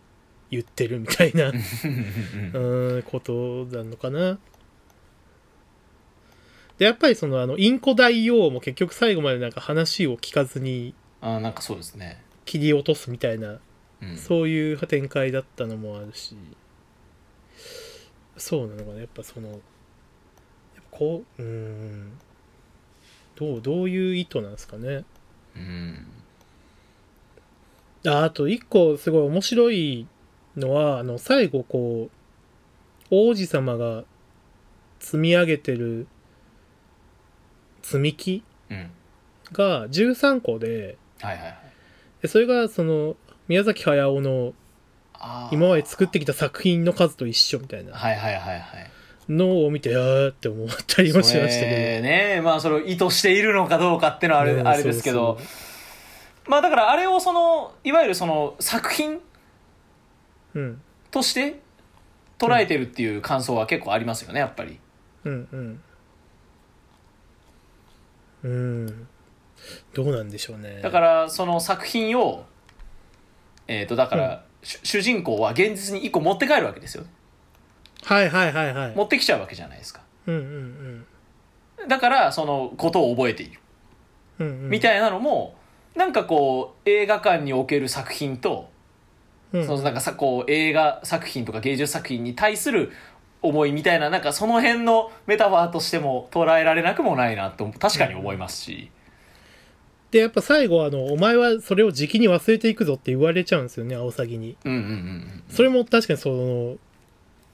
言ってるみ たいなううんーんことなのかな。でやっぱりそのあのインコ大王も結局最後までなんか話を聞かずにあなんかそうですね、切り落とすみたいなうん、そういう展開だったのもあるしそうなのかなやっぱそのやっぱこううーんどうどういう意図なんですかねうんああと一個すごい面白いのはあの最後こう王子様が積み上げてる積み木うんが13個ではいはいはいでそれがその宮崎駿のあー今まで作ってきた作品の数と一緒みたいなはいはいはいはいのを見てあーって思ったりもしましたそけれねまあそれを意図しているのかどうかっていうのはあれ,、うんあれですけどそうまあだからあれをそのいわゆるその作品ど、うん、として捉えてるっていう感想は結構ありますよねやっぱりうんうんうんどうなんでしょうねだからその作品をえっ、とだから、主主人公は現実に一個持って帰るわけですよはいはいはいはい持ってきちゃうわけじゃないですかうんうんだからそのことを覚えているうんうんうんみたいなのもなんかこう映画館における作品とうんそのなんかさこう映画作品とか芸術作品に対する思いみたいななんかその辺のメタファーとしても捉えられなくもないなと確かに思いますし、でやっぱ最後あの「お前はそれをじきに忘れていくぞ」って言われちゃうんですよねアオサギにうん、うんうんそれも確かにその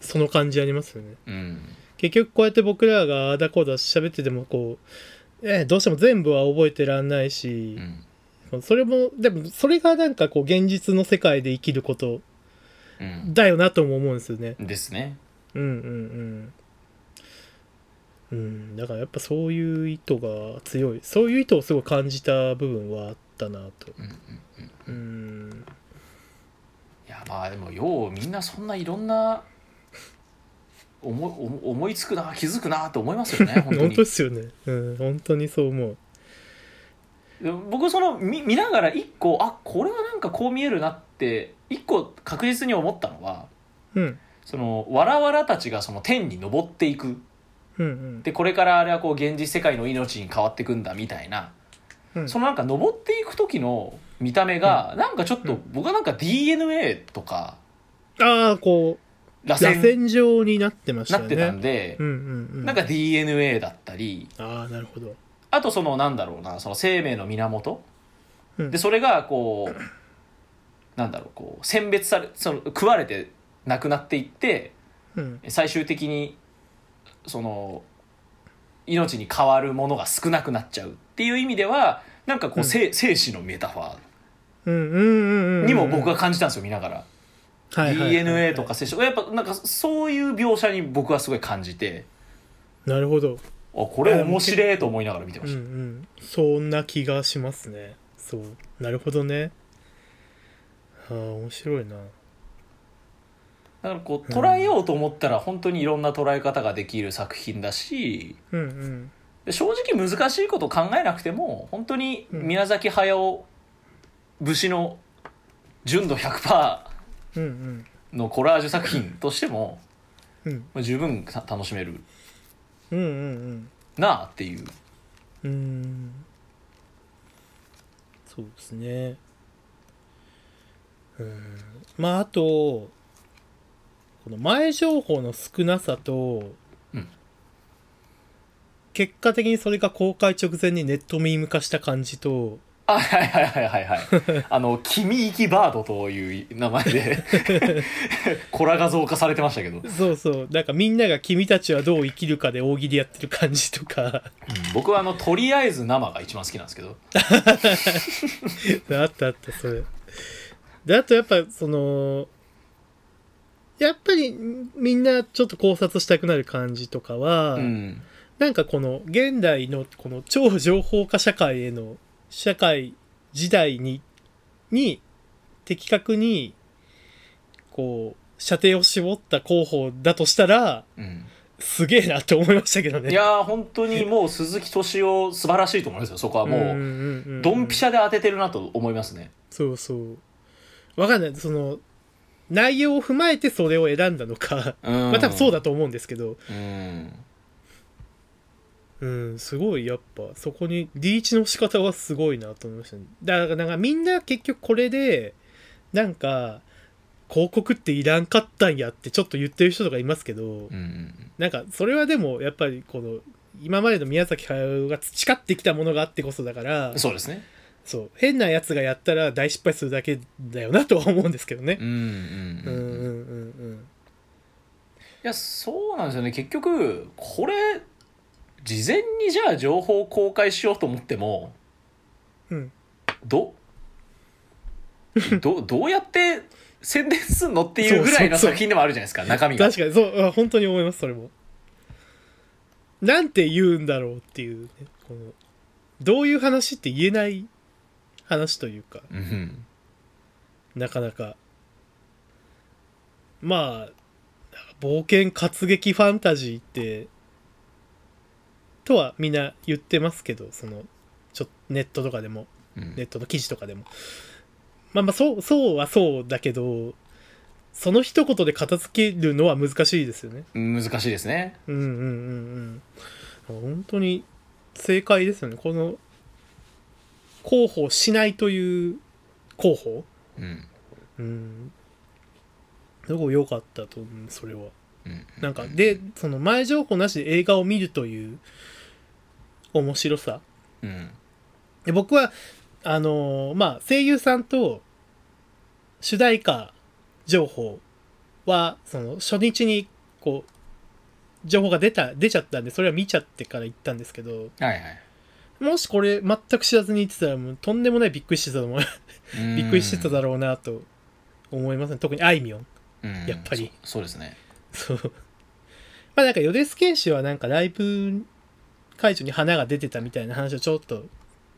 その感じありますよねうんうん結局こうやって僕らがあーだこうだ喋っててもこう、ええどうしても全部は覚えてらんないしう、んそれもでもそれがなんかこう現実の世界で生きることうんだよなとも思うんですよねですねうんうんうんうんだからやっぱそういう意図が強いそういう意図をすごい感じた部分はあったなとうんいやまあでもようみんなそんないろんな思い思い思いつくな気づくなと思いますよね本当本に当ですよねうん本当にそう思うでも僕その見見ながら一個あこれはなんかこう見えるなって一個確実に思ったのはうんそのわらわらたちがその天に登っていくうんうんでこれからあれはこう現実世界の命に変わっていくんだみたいな、うんそのなんか登っていく時の見た目が、なんかちょっうと僕はなんか DNA とかああこ螺う螺旋旋状になってましなたっよてねたんで、うんうんうんなんか DNA だったりああなるほどあとそのなんだろうなその生命の源、うんでそれがこうなんだろうこう選別されその食われてなくなっていってうん最終的にその命に変わるものが少なくなっちゃうっていう意味ではなんかこう、うん生生死のメタファうんうんうんうんうーんにも僕は感じたんですよ見ながら、はいはいはいはい DNA とか生死やっぱなんかそういう描写に僕はすごい感じてなるほどあこれ面白いと思いながら見てまうんうした、んそんな気がしますねそうなるほどねああ面白いなだからこう捉えようと思ったら本当にいろんな捉え方ができる作品だしうんうんで正直難しいこと考えなくても本当に宮崎駿武士の純度100%うんうんのコラージュ作品としてもうんまあ十分た楽しめるうんうんなあっていううんうんそうですねうんまああとこの前情報の少なさと、うん結果的にそれが公開直前にネットミーム化した感じとあはいはいはいはいはいあの「君行きバード」という名前でコラ画像化されてましたけど、うんそうそうなんかみんなが「君たちはどう生きるか」で大喜利やってる感じと か僕はあの「とりあえず生」が一番好きなんですけどあったあったそれであとやっぱそのやっぱりみんなちょっと考察したくなる感じとかは、うんなんかこの現代のこの超情報化社会への社会時代にに的確にこう射程を絞った候補だとしたらうん、すげえなと思いましたけどね。いやー本当にもう鈴木敏夫素晴らしいと思いますよそこはもううドンピシャシャで当ててるなと思いますねそうそう。わかんない。その、内容を踏まえてそれを選んだのか、うんまあ多分そうだと思うんですけど、うんうん、すごいやっぱ、そこにリーチの仕方はすごいなと思いましたね。だからなんかみんな結局これで、なんか、広告っていらんかったんやってちょっと言ってる人とかいますけどうんう、んなんかそれはでもやっぱりこの、今までの宮崎駿が培ってきたものがあってこそだからうん、そうですねそう、変なやつがやったら大失敗するだけだよなとは思うんですけどね。うんうんうん、うんいやそうなんですよね結局これ事前にじゃあ情報を公開しようと思ってもうんど どどうやって宣伝すんのっていうぐらいのそうそうそう作品でもあるじゃないですか中身が確かにそうあ本当に思いますそれもなんて言うんだろうっていう、ね、このどういう話って言えない話というかうんなかなかまあ冒険活劇ファンタジーってとはみんな言ってますけどそのちょネットとかでもうんネットの記事とかでもまあまあそうそうはそうだけどその一言で片付けるのは難しいですよね難しいですねうんうんうんうん本当に正解ですよねこの広報しないという広報うんうんすごい良かったと思うそれはうんなんかでその前情報なしで映画を見るという面白さうんで僕はあのーまあ声優さんと主題歌情報はその初日にこう情報が出た出ちゃったんでそれは見ちゃってから行ったんですけどはいはいもしこれ全く知らずに行ってたらもうとんでもないびっくりしてたと思ううんびっくりしてただろうなと思いますね特にあいみょんうんやっぱりそそうですねそうまあなんか米津玄師はなんかライブ会場に花が出てたみたいな話をちょっと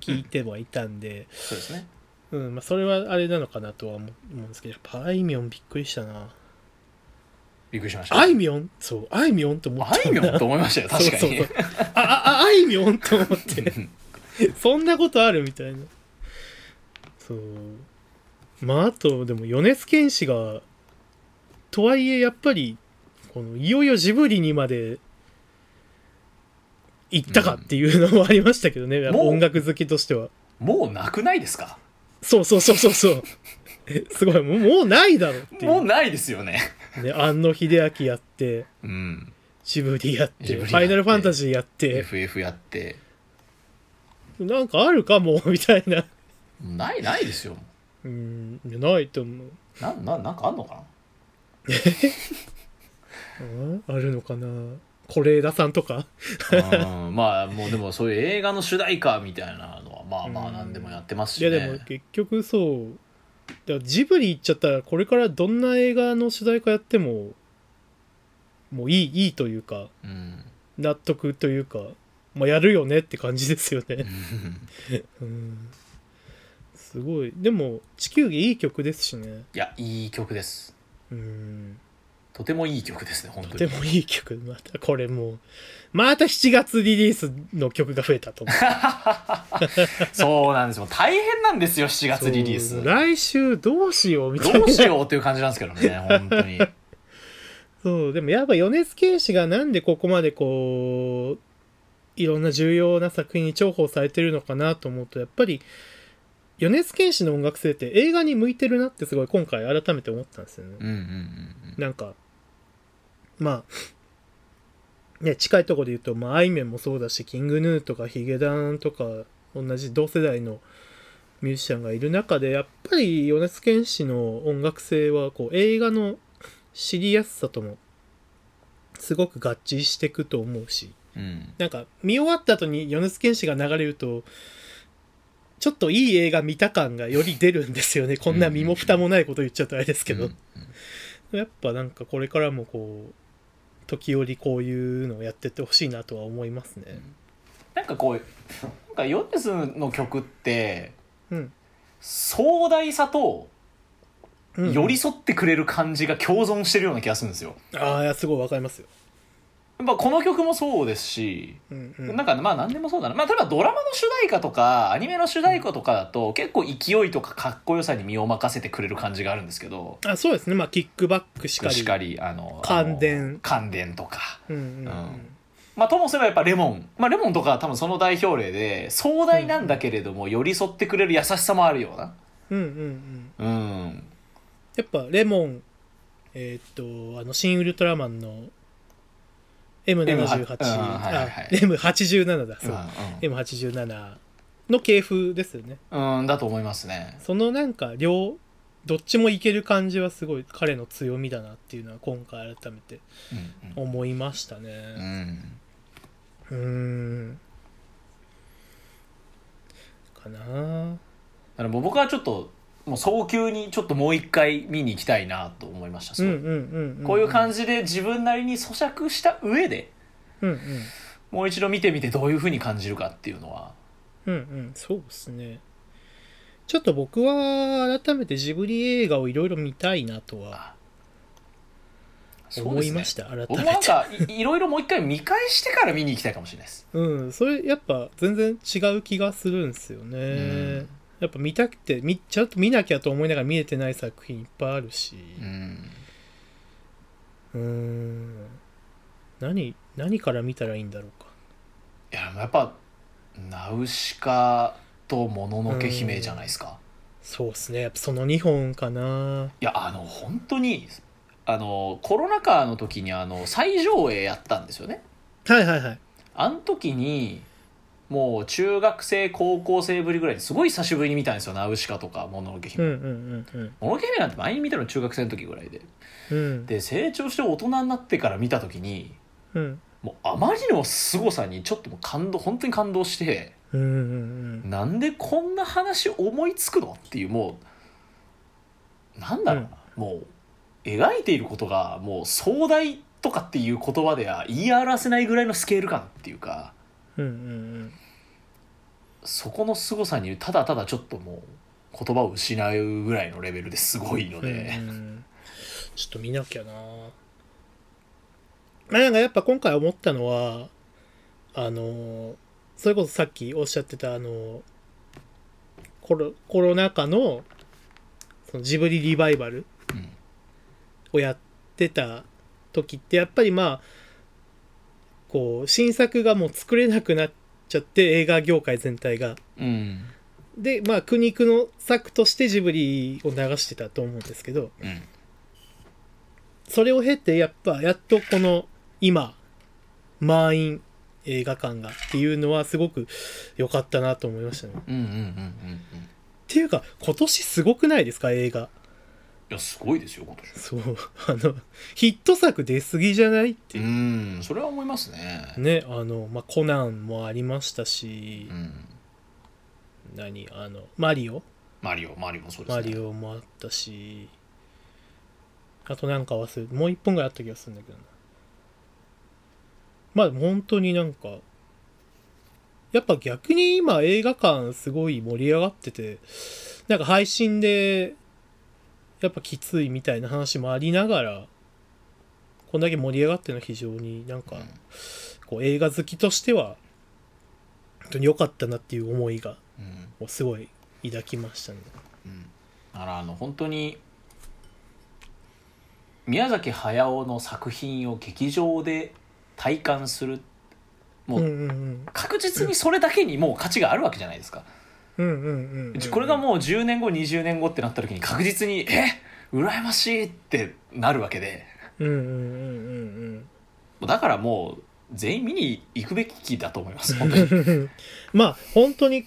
聞いてはいたんで、そうですねうん、まあ、それはあれなのかなとは思思うんですけど、やっぱあいみょんびっくりしたな。びっくりしましたあいみょんそう、あいみょんと思ったあいみょんと思いましたよそう確かそうにそうあ、 あ、ああいみょんと思って、うんそんなことあるみたいな。そう。まあ、あと、でも、米津玄師が、とはいえ、やっぱり、この、いよいよジブリにまで、行ったかっていうのもありましたけどね、やっぱもう音楽好きとしては。もうなくないですかそうそうそうそうそう。すごい、もうもうないだろうっていう。もうないですよねね、庵野秀明やって、うんジブリやっジて、ブリやフってァイナルファンタジーやって、 FF やってなんかあるかも、みたいな。ないないですようん、ないと思う。なんななんかあんのかなうんあるのかな是枝さんとか うんまあもうでもそういう映画の主題歌みたいなのはまあまあうん何でもやってますしいね。や、でも結局そう、だからジブリ行っちゃったら、これからどんな映画の主題歌やっても、もういい、いいというか、うん、 納得というか、まあ、やるよねって感じですよね。うん。すごい。でも、地球儀いい曲ですしね。いやいい曲です。うん。とてもいい曲ですね本と当てに。もいい曲またこれもうまた7月リリースの曲が増えたと思うそうなんですよ大変なんですよ7月リリーそうス。来週どうしようみたいなどうしようっていう感じなんですけどね本当に。そうでもやっぱ米津玄師がなんでここまでこういろんな重要な作品に重宝されてるのかなと思うとやっぱり米津玄師の音楽性って映画に向いてるなってすごい今回改めて思ったんですよねうんうんなんかまあね近いところで言うと、まあ、あいみょんもそうだしキングヌーとかヒゲダンとか同じ同世代のミュージシャンがいる中でやっぱり米津玄師の音楽性はこう映画の知りやすさともすごく合致してくと思うしうんうんうん。なんか見終わった後に米津玄師が流れるとちょっといい映画見た感がより出るんですよねこんな身も蓋もないこと言っちゃうとあれですけど、うんやっぱなんかこれからもこう時折こういうのをやってってほしいなとは思いますね。なんかこうなんかヨネスの曲ってうん、壮大さとうん寄り添ってくれる感じが共存してるような気がするんですよ。ああいやすごいわかりますよ。やっぱこの曲もそうですし。うんうん、なんかまあ何でもそうだな、まあ、例えばドラマの主題歌とかアニメの主題歌とかだと結構勢いとかかっこよさに身を任せてくれる感じがあるんですけどあそうですねまあキックバックしかり。しかりあの感電あの感電とか、うんうんうんうんまあ、ともすればやっぱレモン、まあ、レモンとかは多分その代表例で壮大なんだけれども寄り添ってくれる優しさもあるような、うんうんうん、うん、やっぱレモンえーっとあの「新ウルトラマン」の M78 M8 うんはいはいはいあ M87 だそう、う M87 の系譜ですよね。ん、うん、だと思いますね。そのなんか両どっちもいける感じはすごい彼の強みだなっていうのは今回改めてうん思いましたうんうねんうーんかなだからもう僕はちょっともう早急にちょっともう一回見に行きたいなと思いましたすうんごういんうんうんこういう感じで自分なりに咀嚼した上でうんうんもう一度見てみてどういうふうに感じるかっていうのはうんうんそうですねちょっと僕は改めてジブリ映画をいろいろ見たいなとはそう思ですねいました、改僕めもなんてかいい ろいろもう一回見返してから見に行きたいかもしれないですうんそれやっぱ全然違う気がするんですよね、うんやっぱ見たくてみちゃんと見なきゃと思いながら見れてない作品いっぱいあるしうんうん何何から見たらいいんだろうかいややっぱナウシカともののけ姫じゃないですかそうですねやっぱその2本かないやあの本当にあのコロナ禍の時にあの最上映やったんですよねはいはいはいあの時にもう中学生高校生ぶりぐらいですごい久しぶりに見たんですよナウシカとかもののけうん姫、うんうんもののけ姫なんて前に見たの中学生の時ぐらいでうんうんで成長して大人になってから見た時にうんもうあまりの凄さにちょっともう感動本当に感動してうんうんなんでこんな話思いつくのっていうもうなんだろうな、もう描いていることがもう壮大とかっていう言葉では言い表せないぐらいのスケール感っていうかうんうんうんそこの凄さにただただちょっともう言葉を失うぐらいのレベルですごいのうんうで、んちょっと見なきゃなまあなんかやっぱ今回思ったのはあのそれこそさっきおっしゃってたあのコロコロナ禍のそのジブリリバイバルうんをやってた時ってやっぱりまあこう新作がもう作れなくなっちゃって映画業界全体がうんでまあ苦肉の策としてジブリを流してたと思うんですけどうんそれを経てやっぱやっとこの今満員映画館がっていうのはすごく良かったなと思いましたね。っうんうんうんうんうんいていうか今年すごくないですか映画。やすごいですよ今年そう あのヒット作出過ぎじゃないっていううんそれは思いますねねあの、まあ、コナンもありましたしう、ん何あのマリオマリオマリオもそうですマねリオもあったしあとなんか忘れもう一本ぐらいあった気がするんだけどなまあ本当になんかやっぱ逆に今映画館すごい盛り上がっててなんか配信でやっぱきついみたいな話もありながらこんだけ盛り上がってるのは非常になんか、うんこう映画好きとしては本当に良かったなっていう思いがうんもうすごい抱きましたね。うんだからあの本当に宮崎駿の作品を劇場で体感するもうんううんうん確実にそれだけにもう価値があるわけじゃないですか、うんうんうん、これがもう10年後20年後ってなった時に確実に「え羨ましい!」ってなるわけでうんうんうんだからもう全員見に行くべきだと思い ます本うん当にうんまあ本当に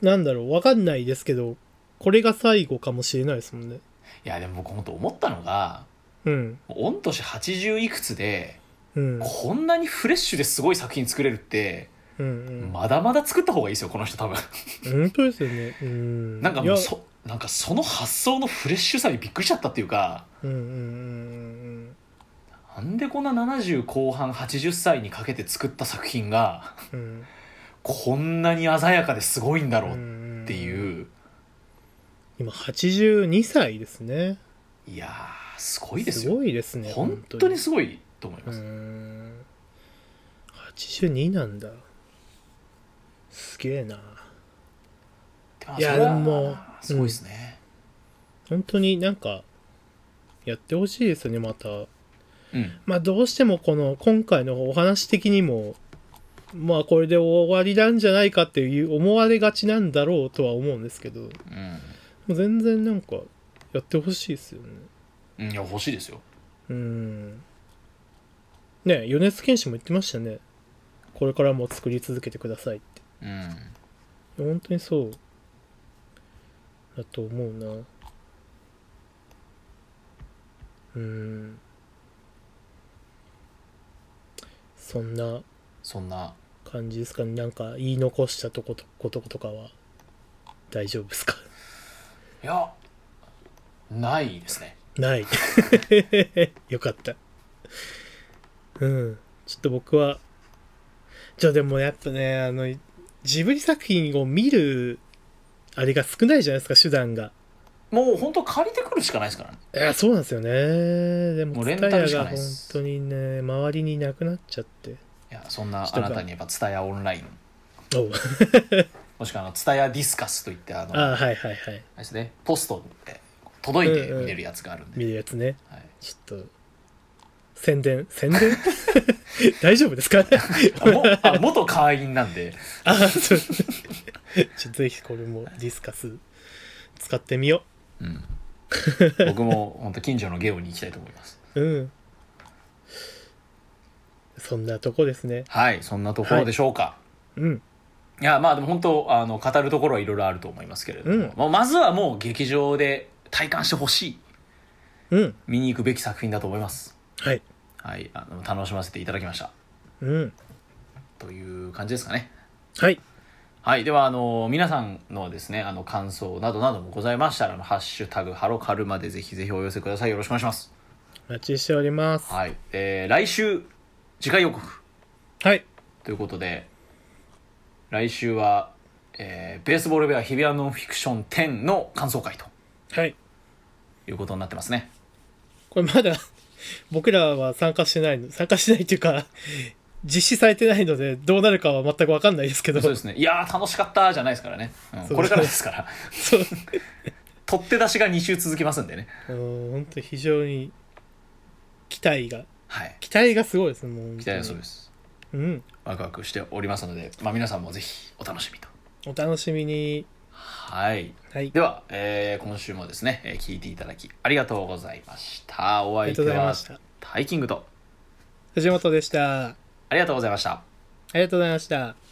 なんだろうわかんないですけどこれが最後かもしれないですもんねいやでも僕本当思ったのがうん御年80いくつでうんうんこんなにフレッシュですごい作品作れるってうん、まだまだ作った方がいいですよこの人多分本当ですよねうんなんかいもやうそなんかその発想のフレッシュさにびっくりしちゃったっていうかうんうんうんなんでこんな70後半80歳にかけて作った作品がうんうんこんなに鮮やかですごいんだろうっっていう、今82歳ですねいやーすごいですよごいですね本当にすごいと思いうまーす、ん82なんだすげえなでまあいやそれはでもすごいですね本当になんかやってほしいですよねまたうん、まあどうしてもこの今回のお話的にもまあこれで終わりなんじゃないかっていう思われがちなんだろうとは思うんですけどもうんう全然なんかやってほしいですよねうんいや欲しいですようーんねえ米津玄師も言ってましたねこれからも作り続けてくださいってうん本当にそうだと思うなうーんそんなそんな感じですかねなんか言い残したとことこととかは大丈夫ですか いやないですねない よかったうんちょっと僕はじゃあでもやっぱねあのジブリ作品を見るあれが少ないじゃないですか手段がもう本当借りてくるしかないですからねいやそうなんですよねでももうツレンタタルヤしかがない本です当にね周りになくなっちゃっていやそんな人あがなたにやっぱ蔦屋オンラインおう もしくはあの蔦屋ディスカスといってあのああはいはいはいあれですねポストで届いて見れるやつがあるんで、見るやつねはいちょっと宣伝宣伝 大丈夫ですか あもあ元会員なんであそう ちょぜひこれもディスカス使ってみようん、僕も本当近所のゲオに行きたいと思いますううんそんなとこですねはいそんなところでしょうか、うんい、やまあでも本当あの語るところはいろいろあると思いますけれども、うんまあまずはもう劇場で体感してほしいうん見に行くべき作品だと思いますはいはいあの楽しませていただきましたうんという感じですかねはいはいではあの皆さんのですねあの感想などなどもございましたらあのハッシュタグハロカルまでぜひぜひお寄せくださいよろしくお願いしますお待ちしておりますははいえー来週次回予告いということで来週は、えーベースボールベア日比谷ノンフィクション10」の感想会とはいいうことになってますねこれまだ 僕らは参加してないの参加してないっていうか実施されてないのでどうなるかは全く分かんないですけどそうですねいやー楽しかったじゃないですからね、うんそうこれからですから そう取って出しが2週続きますんでねあの本当に非常に期待がはい期待がすごいですねも期う待はそうですすうんワクワクしておりますので、まあ、皆さんもぜひお楽しみとお楽しみにはいはいでは、えー今週もですね、えー聞いていただきありがとうございましたおあり相手がとうございまはしたタイキングと藤本でしたあありがとうございましたりがとうございました